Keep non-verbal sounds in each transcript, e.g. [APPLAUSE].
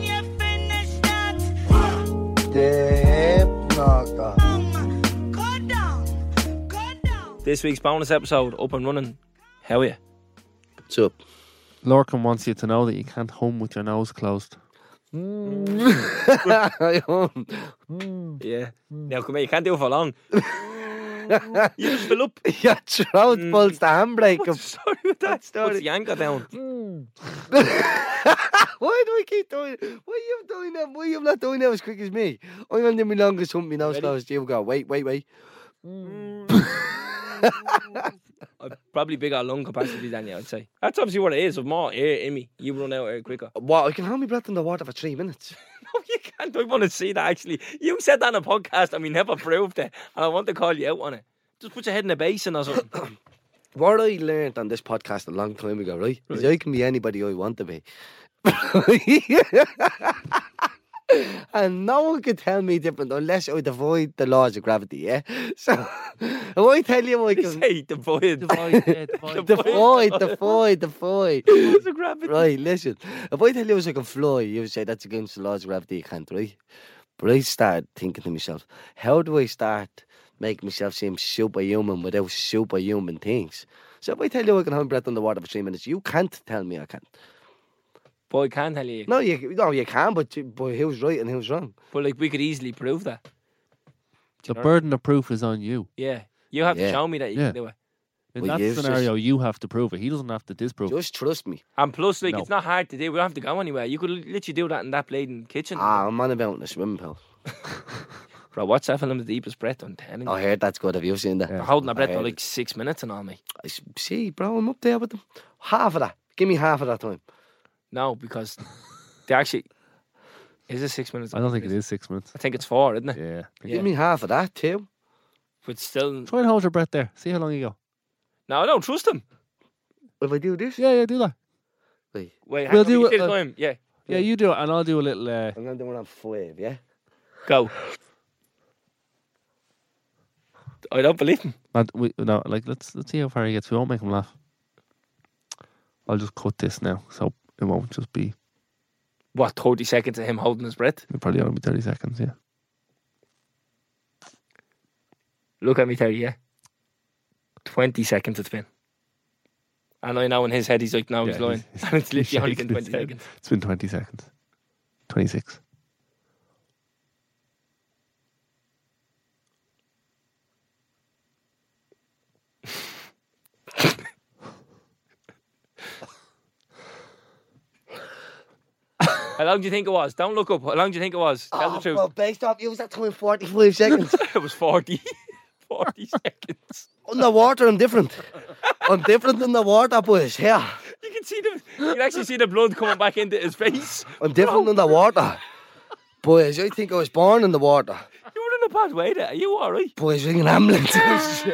um, this week's bonus episode, up and running. How are you? It's up. Lorcan wants you to know that you can't hum with your nose [LAUGHS] closed. Yeah. Now come here, you can't do it for long. [LAUGHS] you just fill [LAUGHS] up. Your throat pulls the handbrake. up. Sorry with that story. Puts the anchor [LAUGHS] down. Why do I keep doing it? Why are you doing that? Why are you not doing that as quick as me? I'm going to do my longest hump, my nose Ready? closed. You go, wait, wait, wait. I probably bigger lung capacity than you, I'd say. That's obviously what it is. With more air in me, you run out of air quicker. What? I can hold my breath in the water for three minutes. [LAUGHS] No, you can't. I want to see that actually. You said that on a podcast and we never proved it. And I want to call you out on it. Just put your head in the basin or [LAUGHS] something. What I learned on this podcast a long time ago, right? Is I can be anybody I want to be. [LAUGHS] and no one could tell me different unless I avoid the laws of gravity, yeah? [LAUGHS] So, if I tell [LAUGHS] you I can. Say the void. [LAUGHS] Defoy, defoy, defoy. Laws of gravity. Right, listen. If I tell you I can fly, you would say that's against the laws of gravity, you can't, right? But I started thinking to myself, how do I start making myself seem superhuman without superhuman things? So if I tell you I can hold my breath underwater for three minutes, you can't tell me I can't. Boy, I can tell you. No, you no, you can, but you- but who's right and who's wrong? But like we could easily prove that. The burden of proof is on you. Yeah. You have Yeah. to show me that you Yeah. can do it. In Well, that you've scenario, you have to prove it. He doesn't have to disprove it. Just trust me. And plus, like, No. it's not hard to do. We don't have to go anywhere. You could li- literally do that in that bleeding kitchen. Ah, I'm on about in a swimming pool. Bro, what's that film, The Deepest Breath, on 10? Oh, I heard that's good. Have you seen that? I'm holding my breath I for heard like six minutes and all me. it. I s- See, bro, I'm up there with them. Half of that. Give me half of that time. No, [LAUGHS] because they actually. Is it six minutes? I don't think it is six minutes. I think it's four, isn't it? [LAUGHS] Yeah. Yeah. Give me half of that too. But still. Try and hold your breath there. See how long you go. No, I don't trust him. If I do this, Yeah, yeah, do that. wait, Wait, We'll we'll do do it. it, uh, time. Yeah, Yeah, you do it, and I'll do a little. Uh, I'm gonna do it on five, yeah. go. I don't believe him. not, we, no, like let's let's see how far he gets. We won't make him laugh. I'll just cut this now, so it won't just be. What, 30 seconds of him holding his breath? It'll probably only be thirty seconds. Yeah. Look at me, Terry, yeah. 20 seconds it's been. And I know in his head he's like, no, he's Yeah, lying. he's- And Oh, [LAUGHS] it's literally only shaking been 20 his head. seconds. It's been twenty seconds. Twenty six. How long do you think it was? Don't look up. How long do you think it was? Tell the truth. Ah, Well, based off you was that time forty-five seconds [LAUGHS] [LAUGHS] it was [LAUGHS] 40. 40 seconds. underwater. I'm different. I'm different than the water, boys. Yeah, You can see the, you can actually see the blood coming back into his face. I'm different than the water, boys. I think I was born in the water, You were in a bad way there. Are you all right? boys. Ring an ambulance. Do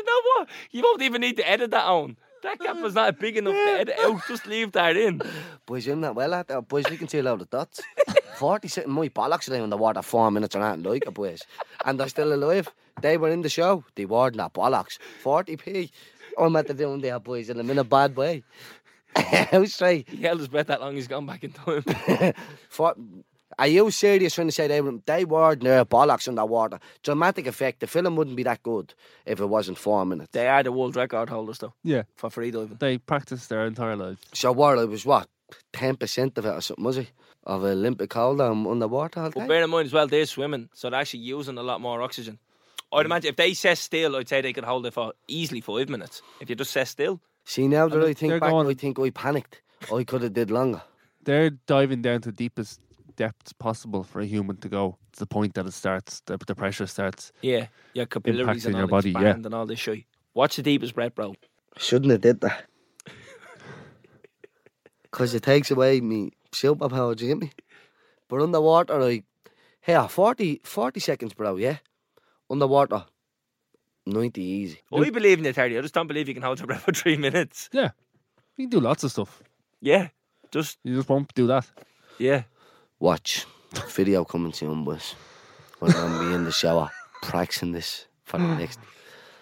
you know what? You won't even need to edit that on. That gap was not big enough to edit out. Just leave that in. [LAUGHS] boys, I'm not well at that. Boys, you can see a lot of dots. Forty sitting my bollocks are in the water four minutes or nothing like it, boys, and they're still alive. They were in the show. They were not bollocks. Forty p. I'm at the doing there, boys, and I'm in a bad way. [LAUGHS] I was straight. He held his breath that long. He's gone back in time. [LAUGHS] For, are you serious when you say they were, they were near bollocks in the water? Dramatic effect. The film wouldn't be that good if it wasn't four minutes. [LAUGHS] they are the world record holders though Yeah, for freediving. they practice their entire lives. So what? It was what ten percent of it or something was it of Olympic hold on underwater? all But day? bear in mind as well, they're swimming, so they're actually using a lot more oxygen. I'd imagine if they sat still, I'd say they could hold it for easily five minutes. If you just sat still, See now that And I think they're back, going- I think I panicked. I could have did longer. They're diving down to the deepest depths possible for a human to go. It's the point that it starts, the, the pressure starts. yeah, your capillaries Impacting and all your body, yeah. expand and all this shit. Watch the deepest breath, bro. Shouldn't have did that. [LAUGHS] Cause it takes away me superpower, do you get me? But underwater, I here 40, 40 seconds, bro. Yeah, underwater, ninety easy. Well, we believe in you, Terry. I just don't believe you can hold your breath for [LAUGHS] three minutes. Yeah, you can do lots of stuff. Yeah, just You just won't do that. yeah. Watch. Video coming soon, boys. When I'm be in the [LAUGHS] shower, practicing this for the next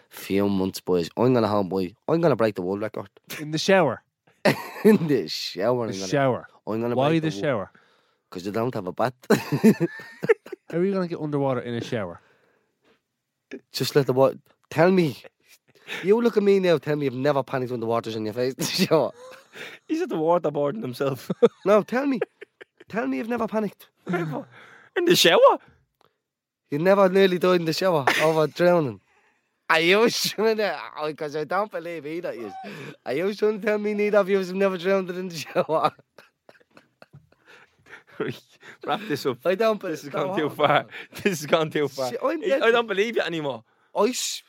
few months, boys. I'm gonna home boy. I'm gonna break the world record. [LAUGHS] In the shower. in the shower. The I'm gonna, shower. I'm gonna Why break the shower? [LAUGHS] Because you don't have a bat. How are you going to get underwater in a shower? Just let the water. Tell me. You look at me now. Tell me you've never panicked when the water's in your face. [LAUGHS] sure. He's at the waterboarding himself. No, tell me. Tell me you've never panicked. In the shower. You never nearly died in the shower over drowning. [LAUGHS] Are you sure that? Because oh, I don't believe either. Yes. Are you sure to tell me neither of you have never drowned in the [LAUGHS] shower? Right, [LAUGHS] Wrap this up. I don't believe This has gone too far. This has gone too far. See, I'm I dead. I don't believe you anymore. I, s-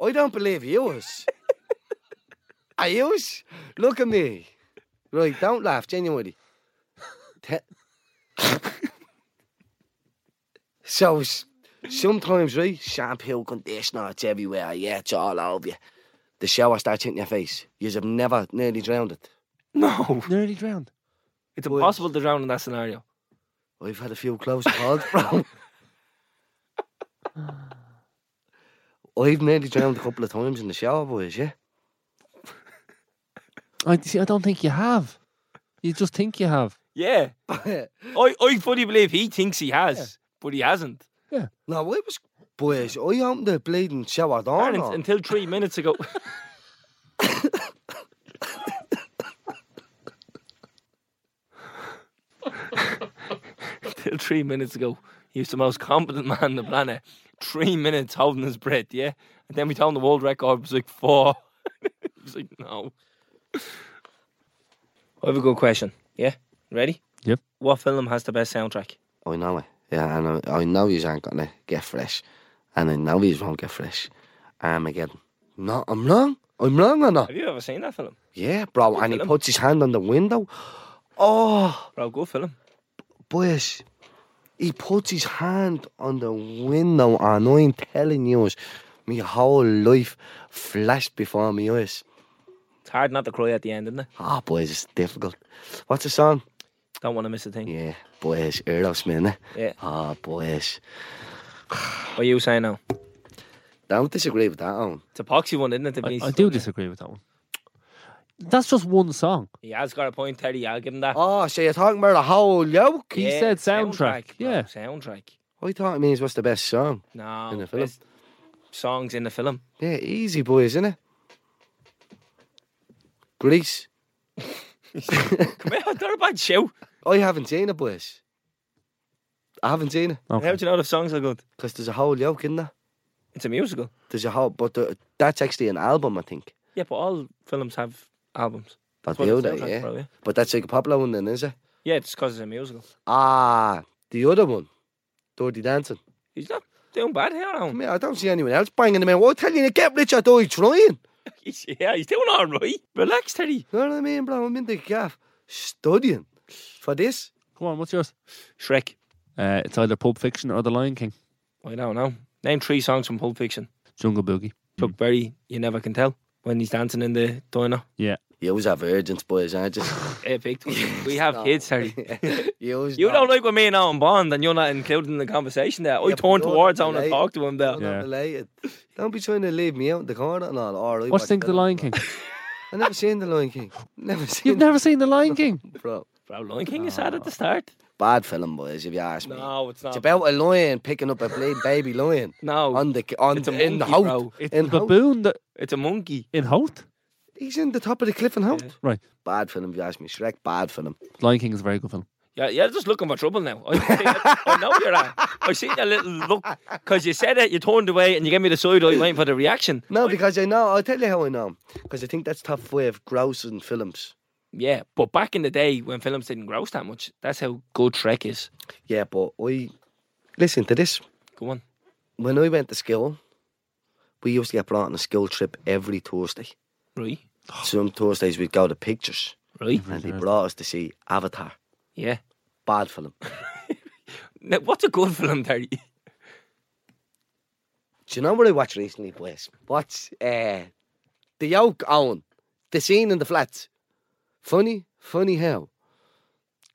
I don't believe you. us. Are you? s- Look at me. Right, don't laugh, genuinely. Te- so, s- sometimes, right, shampoo, conditioner, it's everywhere. Yeah, it's all over you. The shower starts hitting your face. You have never nearly drowned it. No. Nearly drowned. It's impossible to drown in that scenario. I've had a few close calls, bro. I've nearly drowned a couple of times in the shower, boys, yeah? I see. I don't think you have. You just think you have. Yeah. I, I fully believe he thinks he has, but he hasn't. No, I was boys. I opened the bleeding shower door. Aaron, now. until three minutes ago. until three minutes ago, he was the most competent man on the planet. Three minutes holding his breath, yeah? And then we told him the world record was like four. [LAUGHS] he was like, no. I have a good question. Yeah? Ready? Yep. What film has the best soundtrack? I know it. Yeah, and I, I know you ain't gonna get fresh, and I know you won't get fresh. Armageddon. No, I'm wrong. I'm wrong or not? Have you ever seen that film? Yeah, bro. And he film. puts his hand on the window. Oh, Bro, good film. boys. He puts his hand on the window, and I'm telling you, my whole life flashed before my eyes. It's hard not to cry at the end, isn't it? Ah, boys, it's difficult. What's the song? Don't want to miss a thing. Yeah, boys, Aerosmith, eh? Yeah. Ah, boys. What are you saying now? Don't disagree with that one. It's a poxy one, isn't it? to I, be I do stuck in? disagree with that one. That's just one song. He has got a point, Teddy. I'll give him that. Oh, so you're talking about a whole yoke? he Yeah, said soundtrack, bro, yeah. soundtrack. I thought it means what's the best song. No, In the film. best songs in the film. [LAUGHS] Yeah, easy, boys, innit? Greece. Come here, they're a bad show. I haven't seen it, boys. I haven't seen it How Okay. do you know the songs are good? because there's a whole yoke in there. It's a musical. There's a whole, but the, that's actually an album, I think. Yeah, but all films have albums. That's what the the other, soundtrack, yeah. bro, yeah. But that's like a popular one, then, is it? Yeah, it's because it's a musical. Ah, the other one, Dirty Dancing. He's not doing bad here now. Man, I don't see anyone else banging them out. Well, I tell you, to get rich or die trying. He's, yeah, he's doing all right. Relax, Teddy. You know what I mean, bro? I'm in the gaff studying for this. Come on, what's yours? Shrek. Uh, it's either Pulp Fiction or The Lion King. I don't know. Name three songs from Pulp Fiction. Jungle Boogie. Chuck Berry, You Never Can Tell, when he's dancing in the diner. Yeah. You always have urgent boys, aren't you? Yeah, big one. [LAUGHS] We have No. kids, Teddy. [LAUGHS] you always You don't like with me and Owen Bond, and you're not included in the conversation there. I Yeah, but turned you're towards not Owen and related. talked to him there. I'm Yeah. not related. Don't be trying to leave me out in the corner and all. all right, What do you watch think of The film. Lion [LAUGHS] King? I've never seen The Lion [LAUGHS] King. Never seen You've never seen The Lion King? Bro. Bro, Lion King is sad at the start. Bad film, boys, if you ask me. No, it's not. It's about a lion picking up a bleed baby lion no, on the on Oh. it's a the, in the monkey, hout. bro. It's In the Hout. baboon that It's a monkey. in Holt. He's in the top of the cliff and hout. Right. Bad film, if you ask me. Shrek, bad film. Lion King is a very good film. Yeah, you're just looking for trouble now. I, I know you're at. I seen a little look because you said it, you turned away, and you gave me the side eye waiting for the reaction. No, because I know. I'll tell you how I know. Because I think that's top five grossing films. Yeah, but back in the day when films didn't gross that much, that's how good Shrek is. Yeah, but I listen to this. Go on. When I went to school, we used to get brought on a school trip every Thursday. Right, Some Thursdays we'd go to pictures, right. and they brought us to see Avatar. Yeah. Bad film. Now, what's a good [LAUGHS] film, Terry? Do you know what I watched recently, boys? What's uh, the yoke Owen, the scene in the flats. Funny, funny how.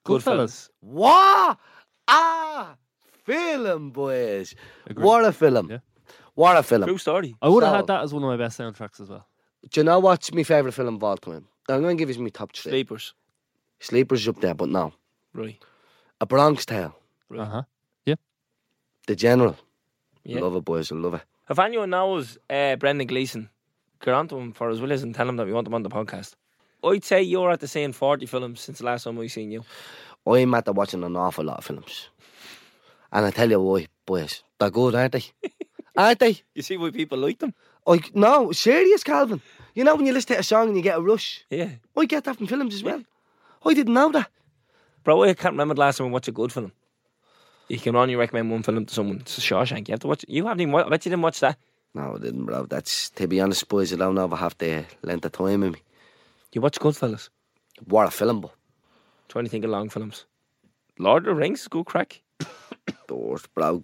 Good Goodfellas. What ah film, boys! Agree. What a film! Yeah. What a film! True story. I would have So- had that as one of my best soundtracks as well. Do you know what's my favourite film of all time? I'm going to give you my top three. Sleepers. Sleepers up there, but no. Right. A Bronx Tale, Right. Uh huh. The General. Yeah. Love it, boys. I love it. If anyone knows uh, Brendan Gleeson, get on to him for his willies and tell him that we want him on the podcast. I'd say you're at the same 40 films since the last time we seen you. I'm after watching an awful lot of films. And I tell you why, boys, they're good, aren't [LAUGHS] they? aren't they? You see why people like them? Like, no, serious, Calvin. You know when you listen to a song and you get a rush? Yeah. I get that from films as well. I didn't know that. Bro, I can't remember the last time I watched a good film. You can only recommend one film to someone. It's Shawshank. You have to watch it. You haven't even watched I bet you didn't watch that. No, I didn't, bro. That's, to be honest, boys, I don't ever have the length of time in me. You watch Goodfellas. What a film, but Trying to think of long films. Lord of the Rings is good crack. doors, bro.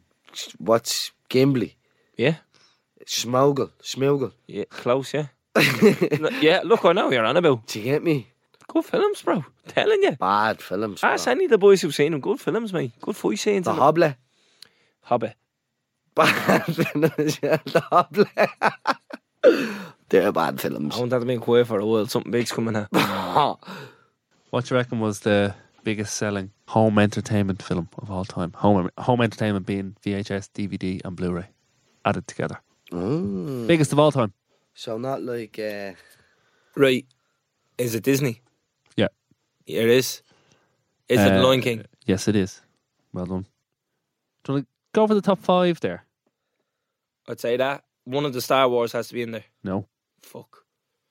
What's Gimli? Yeah. Smoggle, Smoggle. Yeah. Close, [LAUGHS] yeah. Do No, yeah, look, I know what you're on about. you get me? Good films, bro. Telling you. Bad films. Bro. Ask any of Ah, the boys who've seen them. Good films, mate. Good fight scenes. The in 'em. Hobble. Hobbit. Bad films. yeah, the Hobble. They're bad films. I won't have been quiet for a while. Something big's coming [LAUGHS] out. What do you reckon was the biggest selling home entertainment film of all time? Home home entertainment being VHS, DVD, and Blu-ray added together. [LAUGHS] Mm. Biggest of all time. So not like uh, Right. Is it Disney? Yeah. It is. Is it Uh, Lion King? Yes, it is. Well done. Do you want to go for the top five there? I'd say that. One of the Star Wars has to be in there. No. Fuck.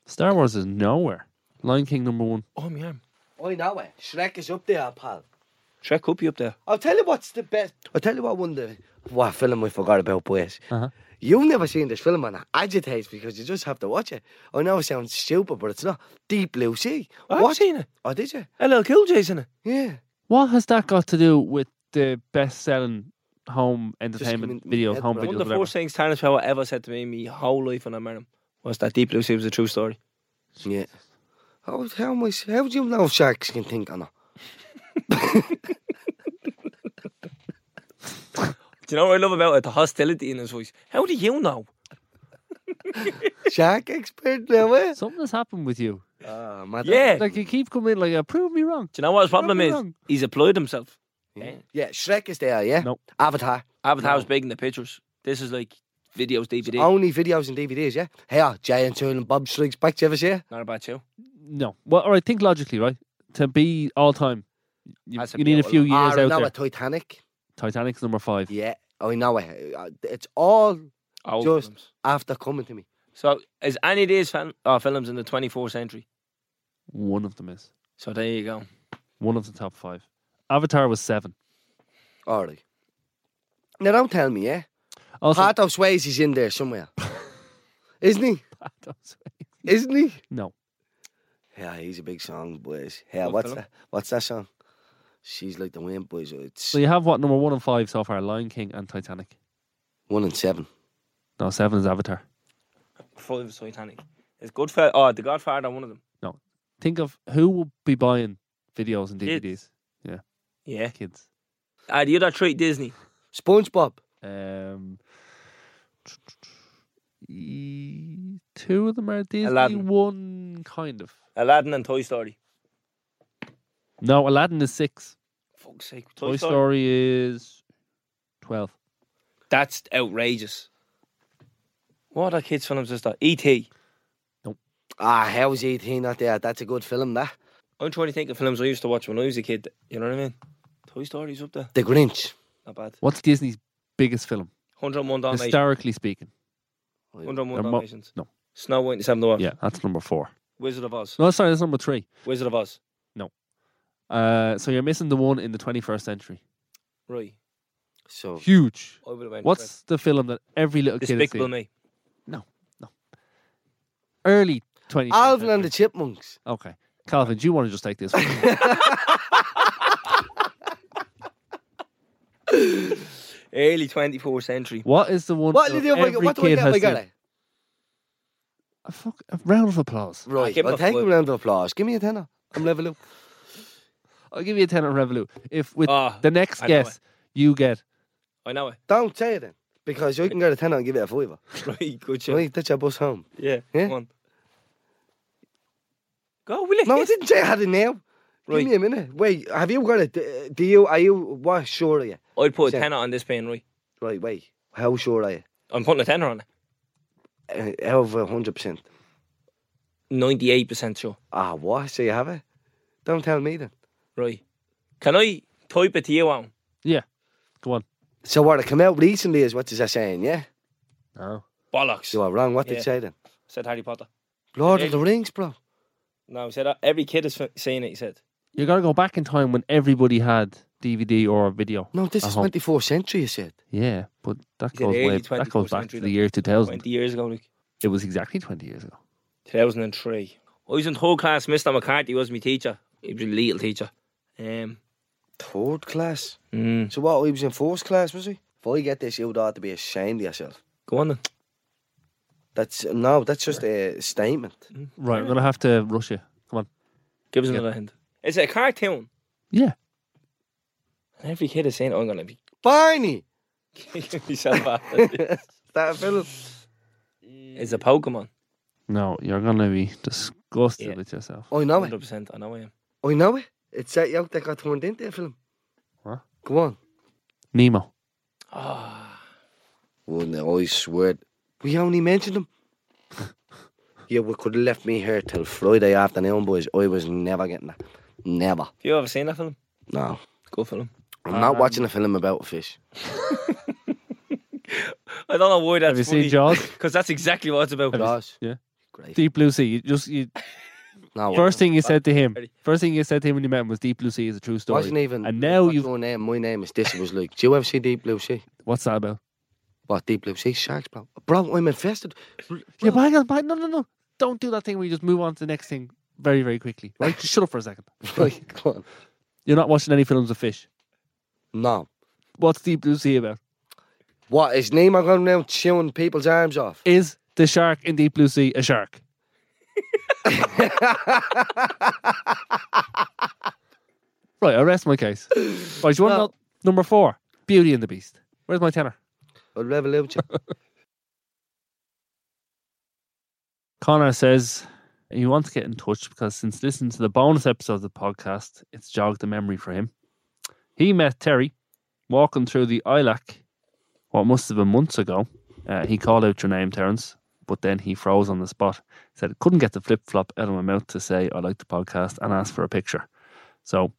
Star Wars is nowhere. Lion King number one. Oh, my arm. I know it. Shrek is up there, pal. Shrek could be up there. I'll tell you what's the best. I'll tell you what one the what film we forgot about, boys. Uh-huh. You've never seen this film and it agitates because you just have to watch it. I know it sounds stupid, but it's not. Deep Blue Sea. I've What? seen it. Oh, did you? LL Cool J's in it. Yeah. What has that got to do with the best-selling home entertainment into my videos, head, home bro. One videos, of the whatever? first things Terence Power ever said to me my whole life when I met him was that Deep Blue Sea was a true story. Yeah. How, how, am I, how do you know sharks can think on it? [LAUGHS] Do you know what I love about it? The hostility in his voice. How do you know? Shark expert now, eh? Something has happened with you. Oh, mad. Yeah. Like you keep coming in like, uh, prove me wrong. Do you know what his Don't problem be is? wrong. He's applied himself. yeah. Eh? Yeah, Shrek is there, yeah? Nope. Avatar. Avatar was big in the pictures. This is like videos, DVD. Only videos and DVDs, yeah? Hey, Giant Turtle and Bob Strikes Back, do you ever see it? Not about you. No. Well, all right. Think logically, right? To be all time, you, Has to you be need a all few Ah, years I out know there. it, Titanic. Titanic's number five. Yeah, I know it. Uh, It's all Old Just- films. after coming to me. So is any of these film, uh, films in the 24th century? One of them is So there you go. one of the top five. Avatar was seven. All right. Now, don't tell me, yeah? Also, [LAUGHS] Pato Swayze's in there somewhere. Isn't he? Isn't he? no. Yeah, he's a big song, boys. Yeah, Good what's fella. that? What's that song? She's like the wind, boys. It's So you have what number one and five so far: Lion King and Titanic. one and seven. No, seven is Avatar. Five is Titanic. It's Godfather. Oh, The Godfather, one of them. Think of who will be buying videos and Kids. DVDs. Yeah. Kids. Uh, the other three, Disney. SpongeBob. Um, e- two of them are Disney. Aladdin. One kind of. Aladdin and Toy Story. No, Aladdin is six. Fuck's sake. Toy, Toy, Story. Story is twelve. That's outrageous. What are kids' films E is that? E.T. Ah, how's ET not there? That's a good film, that. I'm trying to think of films I used to watch when I was a kid. You know what I mean? Toy Story's up there. The Grinch. Not bad. What's Disney's biggest film, 101 Dalmatians. historically speaking? 101 They're mo- Dalmatians. no. Snow White and the Seven Dwarfs. Yeah, that's number four. Wizard of Oz. No, sorry, that's number three. Wizard of Oz. Uh, so you're missing the one in the 21st century. Right. So Huge. I would have went. What's the film that every little kid has Despicable seen? Me? Early 20th Alvin and the century. Chipmunks. Okay. Calvin, do you want to just take [LAUGHS] this one? Early 24th century. what is the one What film do you do? if I- every What do I kid get? if I has got seen? it? A, fuck, a round of applause. I'll Right. give him Well, a take four. a round of applause. Give me a tenner. I'm level up. I'll give you a 10 on Revolut. If with Ah, the next I know guess you get... I know it. [LAUGHS] Don't say it then, because you can get a tenner and give it a fiver. Right, good shot. Right, that's your bus home. Yeah, Yeah. come on. Go, will [LAUGHS] it? No, I didn't say I had it now. Right. Give me a minute. Wait, have you got it? D- uh, Do you? Are you? What sure are you? I'd put a Shit. tenner on this pen, right? Right, wait. How sure are you? I'm putting a tenner on it. Uh, Over 100%. 98% sure. Ah, what? So you have it? Don't tell me then. Right. Can I type it to you, Alan? Go on. So what, it came out recently is what is I saying, yeah? No. Bollocks. You are wrong. What did Yeah. you say then? Said Harry Potter. Lord Yeah. of the Rings, bro. No, he said uh, every kid has f- seen it, he said. You gotta go back in time when everybody had DVD or video. No, this is Uh-huh. 24th century, you said. Yeah, but that Is it goes way. early That goes 21st back century to the then? year two thousand. 20 years ago, like It was exactly twenty years ago. 2003. I was in third class. Mr. McCarthy was my teacher. He was a little teacher. Um, Third class. mm, So what, he was in fourth class, was he? If I get this, you would ought to be ashamed of yourself. go on then. That's, no, that's just a statement. Right, I'm gonna have to rush you. Give us Yeah. another hint. It's a cartoon. Yeah. And every kid is saying, oh, I'm going to be Barney! [LAUGHS] kicking [LAUGHS] myself out. Is that a film? [LAUGHS] It's a Pokemon. No, you're gonna be disgusted Yeah. with yourself. I Oh, know [LAUGHS] it. 100%. I know I am. I know it. It's that yoke that got turned into a film. What? Go on. Nemo. Ah, Oh, no, I swear. We only mentioned him. [LAUGHS] yeah, we could have left me here till Friday afternoon, boys. I was never getting that. Never. have you ever seen that film? No. Good film. I'm not Um, watching a film about fish. I don't know why that's Have you funny. [LAUGHS] seen Jaws? Because that's exactly what it's about. Have you- Jaws. yeah. Great. Deep Blue Sea. You just you, no, first thing you said to him. Oh, Ready. First thing you said to him when you met him was Deep Blue Sea is a true it wasn't story. even. And now what's you've- your name? My name is this. It was like, do you ever see Deep Blue Sea? What's that about? What, Deep Blue Sea? Sharks, bro. Bro, I'm infested. [LAUGHS] [LAUGHS] Yeah, but hang on, but no, no, no. Don't do that thing where you just move on to the next thing very, very quickly. Right? Just shut up for a second. Right, go on. You're not watching any films of fish. No. What's Deep Blue Sea about? What, is Nemo going around chewing people's arms off? Is the shark in Deep Blue Sea a shark? Right, I rest my case. Right, do you want to No. know number four? Beauty and the Beast. Where's my tenor? A [LAUGHS] revolution. Connor says he wants to get in touch because since listening to the bonus episode of the podcast, it's jogged the memory for him. He met Terry walking through the ILAC, what must have been months ago. Uh, he called out your name, Terence, but then he froze on the spot. Said, couldn't get the flip flop out of my mouth to say I like the podcast and asked for a picture. So,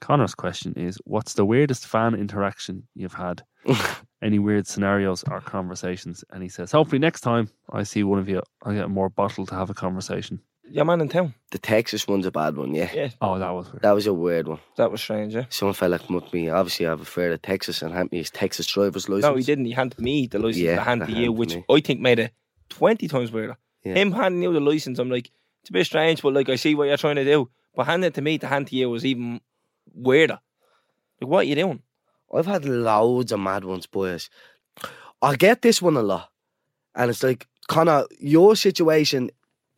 Connor's question is What's the weirdest fan interaction you've had? Any weird scenarios or conversations? And he says, Hopefully, next time I see one of you, I'll get more bottle to have a conversation. Your man in town. the Texas one's a bad one, yeah. Yeah. Oh, that was weird. That was a weird one. That was strange, yeah. Some fella come up to me. Obviously, I have a fair of Texas and handed me his Texas driver's license. No, he didn't. He handed me the license Yeah, to hand to the you, hand to which me. I think made it 20 times weirder. Yeah. Him handing you the license, I'm like, it's a bit strange, but like, I see what you're trying to do. But handing it to me to hand to you was even weirder. Like, what are you doing? I've had loads of mad ones, boys. I get this one a lot, and it's like Connor, your situation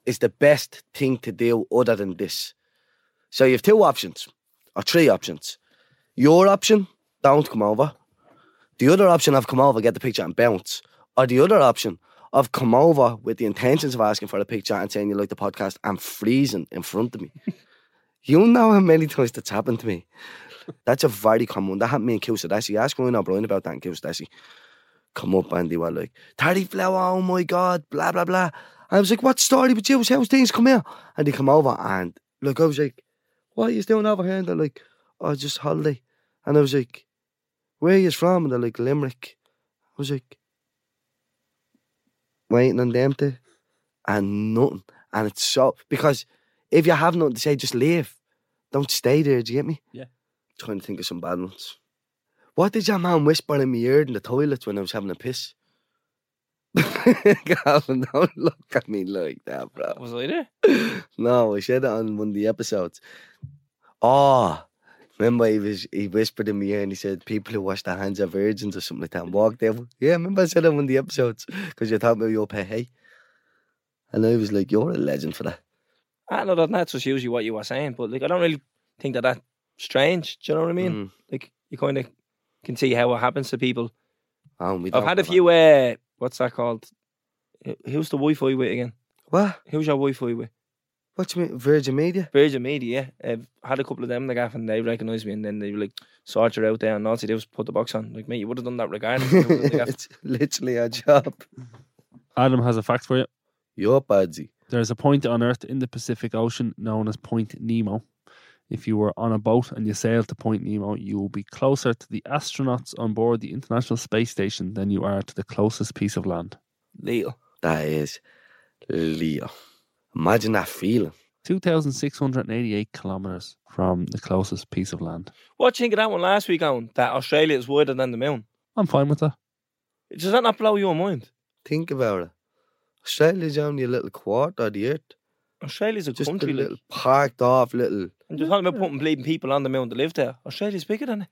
is the best thing to do other than this. So you have two options or three options. Your option, don't come over. The other option of come over, get the picture and bounce. Or the other option of come over with the intentions of asking for a picture and saying you like the podcast and freezing in front of me. you know how many times that's happened to me. That's a very common one. That happened to me in Kilsadesi. Ask Ryan O'Brien about that in Kilsadesi. Come up and they were like, Teddy Flower, oh my God, blah, blah, blah. I was like, what story with you? How's things come here? And they come over and like, I was like, what are you doing over here? And they're like, oh, just holiday. And I was like, where are you from? And they're like, Limerick. I was like, waiting on them to, and nothing. And it's so, because if you have nothing to say, just leave. Don't stay there, do you get me? trying to think of some bad ones. What did your man whisper in my ear in the toilet when I was having a piss? [LAUGHS] Gavin, don't look at me like that, bro. Was I there? No, I said it on one of the episodes. Ah, remember he was he whispered in my ear and he said people who wash their hands are virgins or something like [LAUGHS] that. And walked there. Yeah, remember I said it on one of the episodes because you thought maybe you'll pay hey. And I was like, you're a legend for that. I know that that's just usually what you were saying, but like, I don't really think that that's strange. Do you know what I mean? Mm. Like, you kind of can see how it happens to people. Oh, we I've don't had know a that. few, uh, what's that called? Who's the Wi Fi with again? What? Who's your Wi Fi with? What you mean, Virgin [LAUGHS] Media? Virgin Media yeah, uh, had a couple of them like gaff and they recognised me and then they were like sort you out there and all they did was put the box on like mate you would have done that regardless You would've done the [LAUGHS] [LAUGHS] gaff. it's literally a job. Adam has a fact for you. Yup, Adsy. There's a point on Earth in the Pacific Ocean known as Point Nemo. If you were on a boat and you sailed to Point Nemo, you will be closer to the astronauts on board the International Space Station than you are to the closest piece of land. Leo That is Leo. Imagine that feeling. 2,688 kilometres from the closest piece of land. what do you think of that one last week Owen that Australia is wider than the moon I'm fine with that. does that not blow your mind Think about it. Australia's only a little quarter of the earth. Australia's a Just country a like, little parked off little. and you're er talking er about putting bleeding people on the moon to live there Australia's bigger than it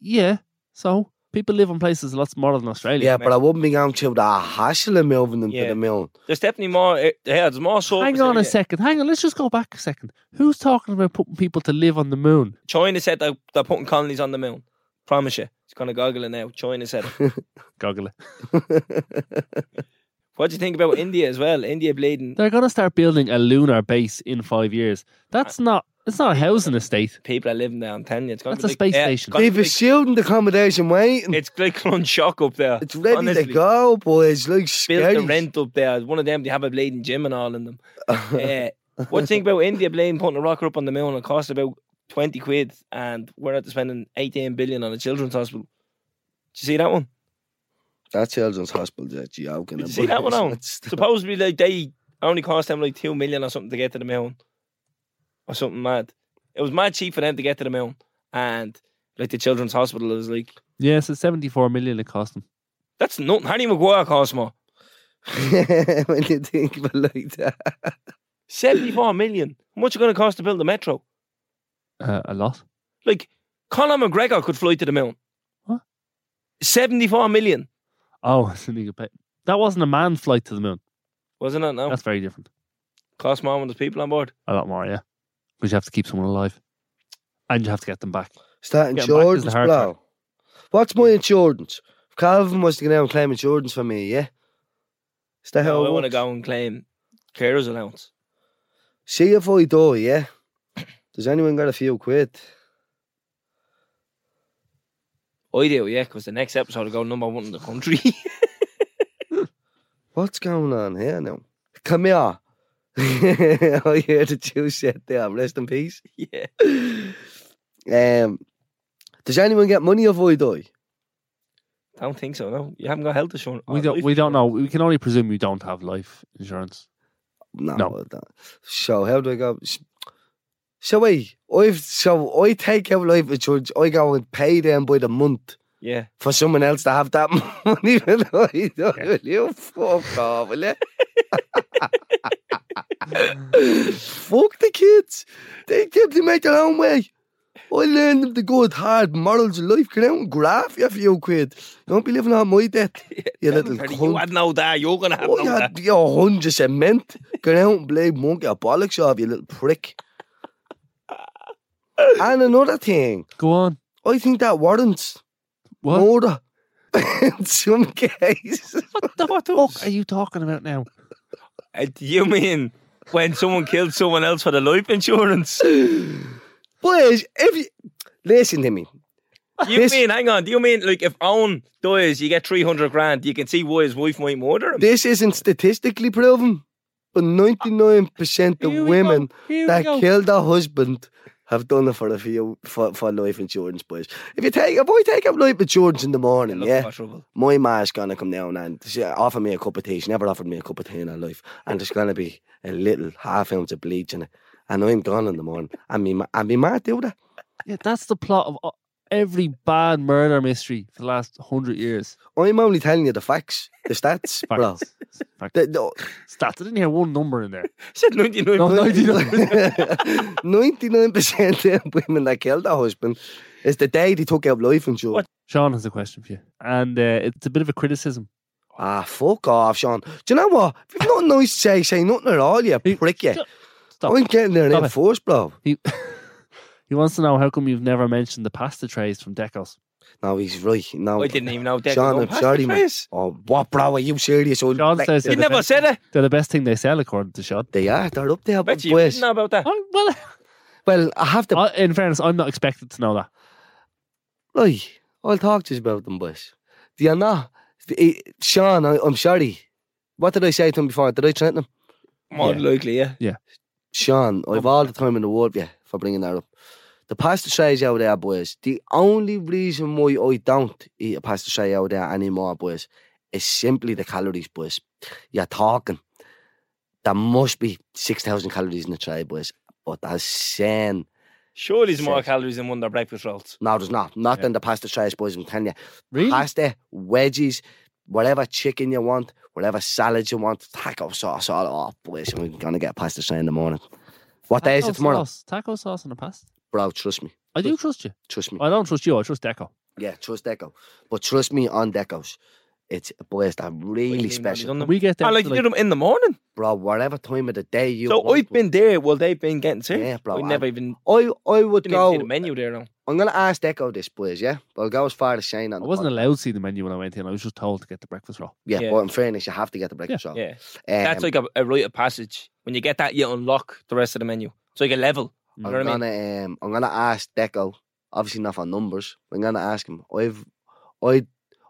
Yeah, so people live in places lots smaller than Australia. Yeah, but I wouldn't be going through the hassle of moving them to Yeah. the mill. [LAUGHS] there's definitely more eh, yeah there's more surface Hang on area. a second. Hang on. Let's just go back a second. Who's talking about putting people to live on the moon? eh, China said they're, they're putting colonies on the moon promise you it's gonna goggle it now China said it. Goggle it. what do you think about India as well India er bleeding They're going to start building a lunar base in five years. That's not. It's not a housing estate. people are living there I'm telling you it's gonna That's be a like, space yeah, station. gonna be They've a like- shielding accommodation waiting. It's like crunch shock up there. It's ready Honestly, to go, boys. Like Built the scary. [LAUGHS] rent up there. One of them, they have a bleeding gym and all in them. Eh, what do you think about India bleeding putting a rocker up on the moon? It cost about 20 quid, and we're out to spending 18 billion on a children's hospital. Did you see that one? that children's hospital is joking. Did you see that one, Owen? Supposedly, like they only cost them like 2 million or something to get to the moon or something mad. It was mad cheap for them to get to the moon, and like the children's hospital was like, Yes, it's seventy-four million it cost them. that's nothing. Harry Maguire cost more. [LAUGHS] when you think of it like that. 74 million. How much it going to cost to build the metro? Uh, a lot. Like Conor McGregor could fly to the moon. What? Seventy-four million, Oh, [LAUGHS] it's a nigga pay. That wasn't a manned flight to the moon. wasn't it? No, That's very different. cost more when there's people on board. A lot more, yeah. Because you have to keep someone alive, and you have to get them back. Is that Getting back is insurance, the hard part. blow? What's my insurance? If Calvin was to go down and claim insurance for me, yeah? Is that how No, it I want to works? go and claim carers allowance. See if I do, yeah? Does anyone got a few quid? I do, yeah, because the next episode will go number one in the country. [LAUGHS] What's going on here now? Come here. [LAUGHS] I hear the two shit there. Rest in peace. yeah, Um, does anyone get money if I die? don't think so. No, you haven't got health insurance. Oh, We don't. We don't know. We can only presume you don't have life insurance. No. No. I don't. So how do I go? S- So wait, I've so I take out life insurance. I go and pay them by the month Yeah, for someone else to have that [LAUGHS] money. when I die. Will you fuck off, will [LAUGHS] you? fuck the kids. They keep to make their own way. I learned them the good hard morals of life. Can I and graph you for you quid? Don't be living on my [LAUGHS] debt, you little Bloody, cunt. you had no that. You're gonna have Oh, no you that. had your hundred cement. Go out and play monkey or bollocks off, you little [LAUGHS] prick. and another thing, Go on. I think that warrants [LAUGHS] What? murder in some cases. the fuck are you talking about now? Uh, do you mean when someone killed someone else for the life insurance? [LAUGHS] Boys, if you listen to me, You This- mean? Hang on. Do you mean like if Owen dies, you get three hundred grand? You can see why his wife might murder him. this isn't statistically proven, but ninety nine percent of Here we women go. Here we that go. killed their husband have done it for a few for, for life insurance, boys. If you take a boy take up life insurance in the morning, Look yeah. for trouble. my ma's gonna come down and she offer me a cup of tea. She never offered me a cup of tea in her life, and there's gonna be a little half ounce of bleach in it. And I'm gone in the morning. And me, ma- and me ma do that. Yeah, that's the plot of o- every bad murder mystery for the last hundred years. I'm only telling you the facts, the stats, bro. [LAUGHS] Facts. Facts. The- the- Stats. I didn't hear one number in there. Said ninety nine. No, [LAUGHS] 99. 99% of women that killed their husband is the day they took out life insurance. What? Sean has a question for you, and uh, it's a bit of a criticism. Ah, fuck off, Sean. Do you know what? If you've nothing nice to say, say nothing at all, you Hey, prick, you. shut- stop. I'm getting there Stop in it. force, bro. [LAUGHS] He he wants to know how come you've never mentioned the pasta trays from Decos. No, he's right. No, [LAUGHS] I didn't even know that. Sean, I'm sorry, mate. Oh, what, bro? Are you serious? Oh, Sean like, says You they're the, never best, said it. they're the best thing they sell, according [LAUGHS] to Sean. they are. They're up there, Bet boys. you didn't know about that. Oh, well, Well, I have to. I, in fairness, I'm not expected to know that. Right, I'll talk to you about them, boys. Do you know? Eh, Sean, I, I'm sorry. What did I say to him before? Did I threaten him? More than likely, yeah. Sean, I've all the time in the world, yeah, for bringing that up. The pasta trays out there, boys. The only reason why I don't eat a pasta tray out there anymore, boys, is simply the calories, boys. You're talking. There must be 6,000 calories in a tray, boys. But that's sane. Surely there's more Shit. calories in one of their breakfast rolls. No, there's not. Not Yeah. in the pasta trays, boys, I'm telling you. Really? pasta, wedgies, whatever chicken you want, whatever salad you want, taco sauce, all oh boys, we're gonna get pasta tonight in the morning. What day is it tomorrow? Sauce. Taco sauce and a pasta. Bro, trust me. I do trust you. Trust me. I don't trust you. I trust Deco. Yeah, trust Deco. But trust me on Decos. It's boys that are really special. I We get them. like to, you like- do them in the morning. Bro, whatever time of the day you So want, I've been there while they've been getting [LAUGHS] sick. [LAUGHS] Yeah, bro, I I- never even I, I would didn't even see the go. menu there. Now. I'm gonna ask Deco this, boys. Yeah, but I'll go as far as saying on. I the wasn't pod- allowed to see the menu when I went in. I was just told to get the breakfast roll. Yeah, Yeah. but in fairness, you have to get the breakfast roll. Yeah, Um, that's like a, a rite of passage. When you get that, you unlock the rest of the menu. It's like a level. You know I'm what I mean? gonna um, I'm gonna ask Deco. Obviously not for numbers. I'm gonna ask him. I've I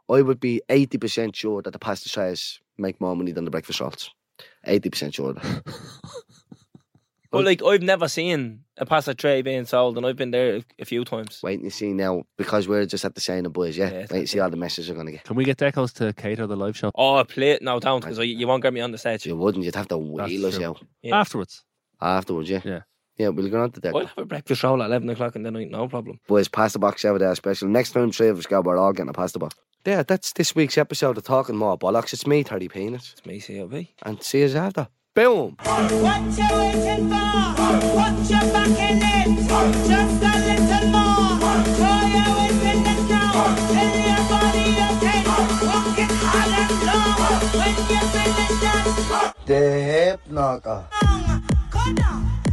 I would be eighty percent sure that the pasta tries make more money than the breakfast rolls. Eighty percent sure. of that. But like I've never seen a pasta tray being sold, and I've been there a- a few times. Wait and see now because we're just at the saying of boys. Yeah, Yeah, wait and see all the messages we're gonna get. Can we get Deco's to cater the live show Oh, I play it. No, don't, because you won't get me on the stage. You wouldn't. You'd have to wheel us true. out Yeah. afterwards? afterwards. Yeah. Yeah. Yeah, we'll go on to I'll Deco. have a breakfast roll at 11 o'clock in the night, no problem. Boys, pasta box over there special. Next time three of us go, we're all getting a pasta box. Yeah, that's this week's episode of Talking More Bollocks. It's me, 30 Peanuts. It's me, CLB. And see you after. Boom! What you waiting for? Put your back in it. Just a little more. Throw your weight in the ground. Fill your body up and walk it hard and long. When you finish that The hip knocker. song, go down,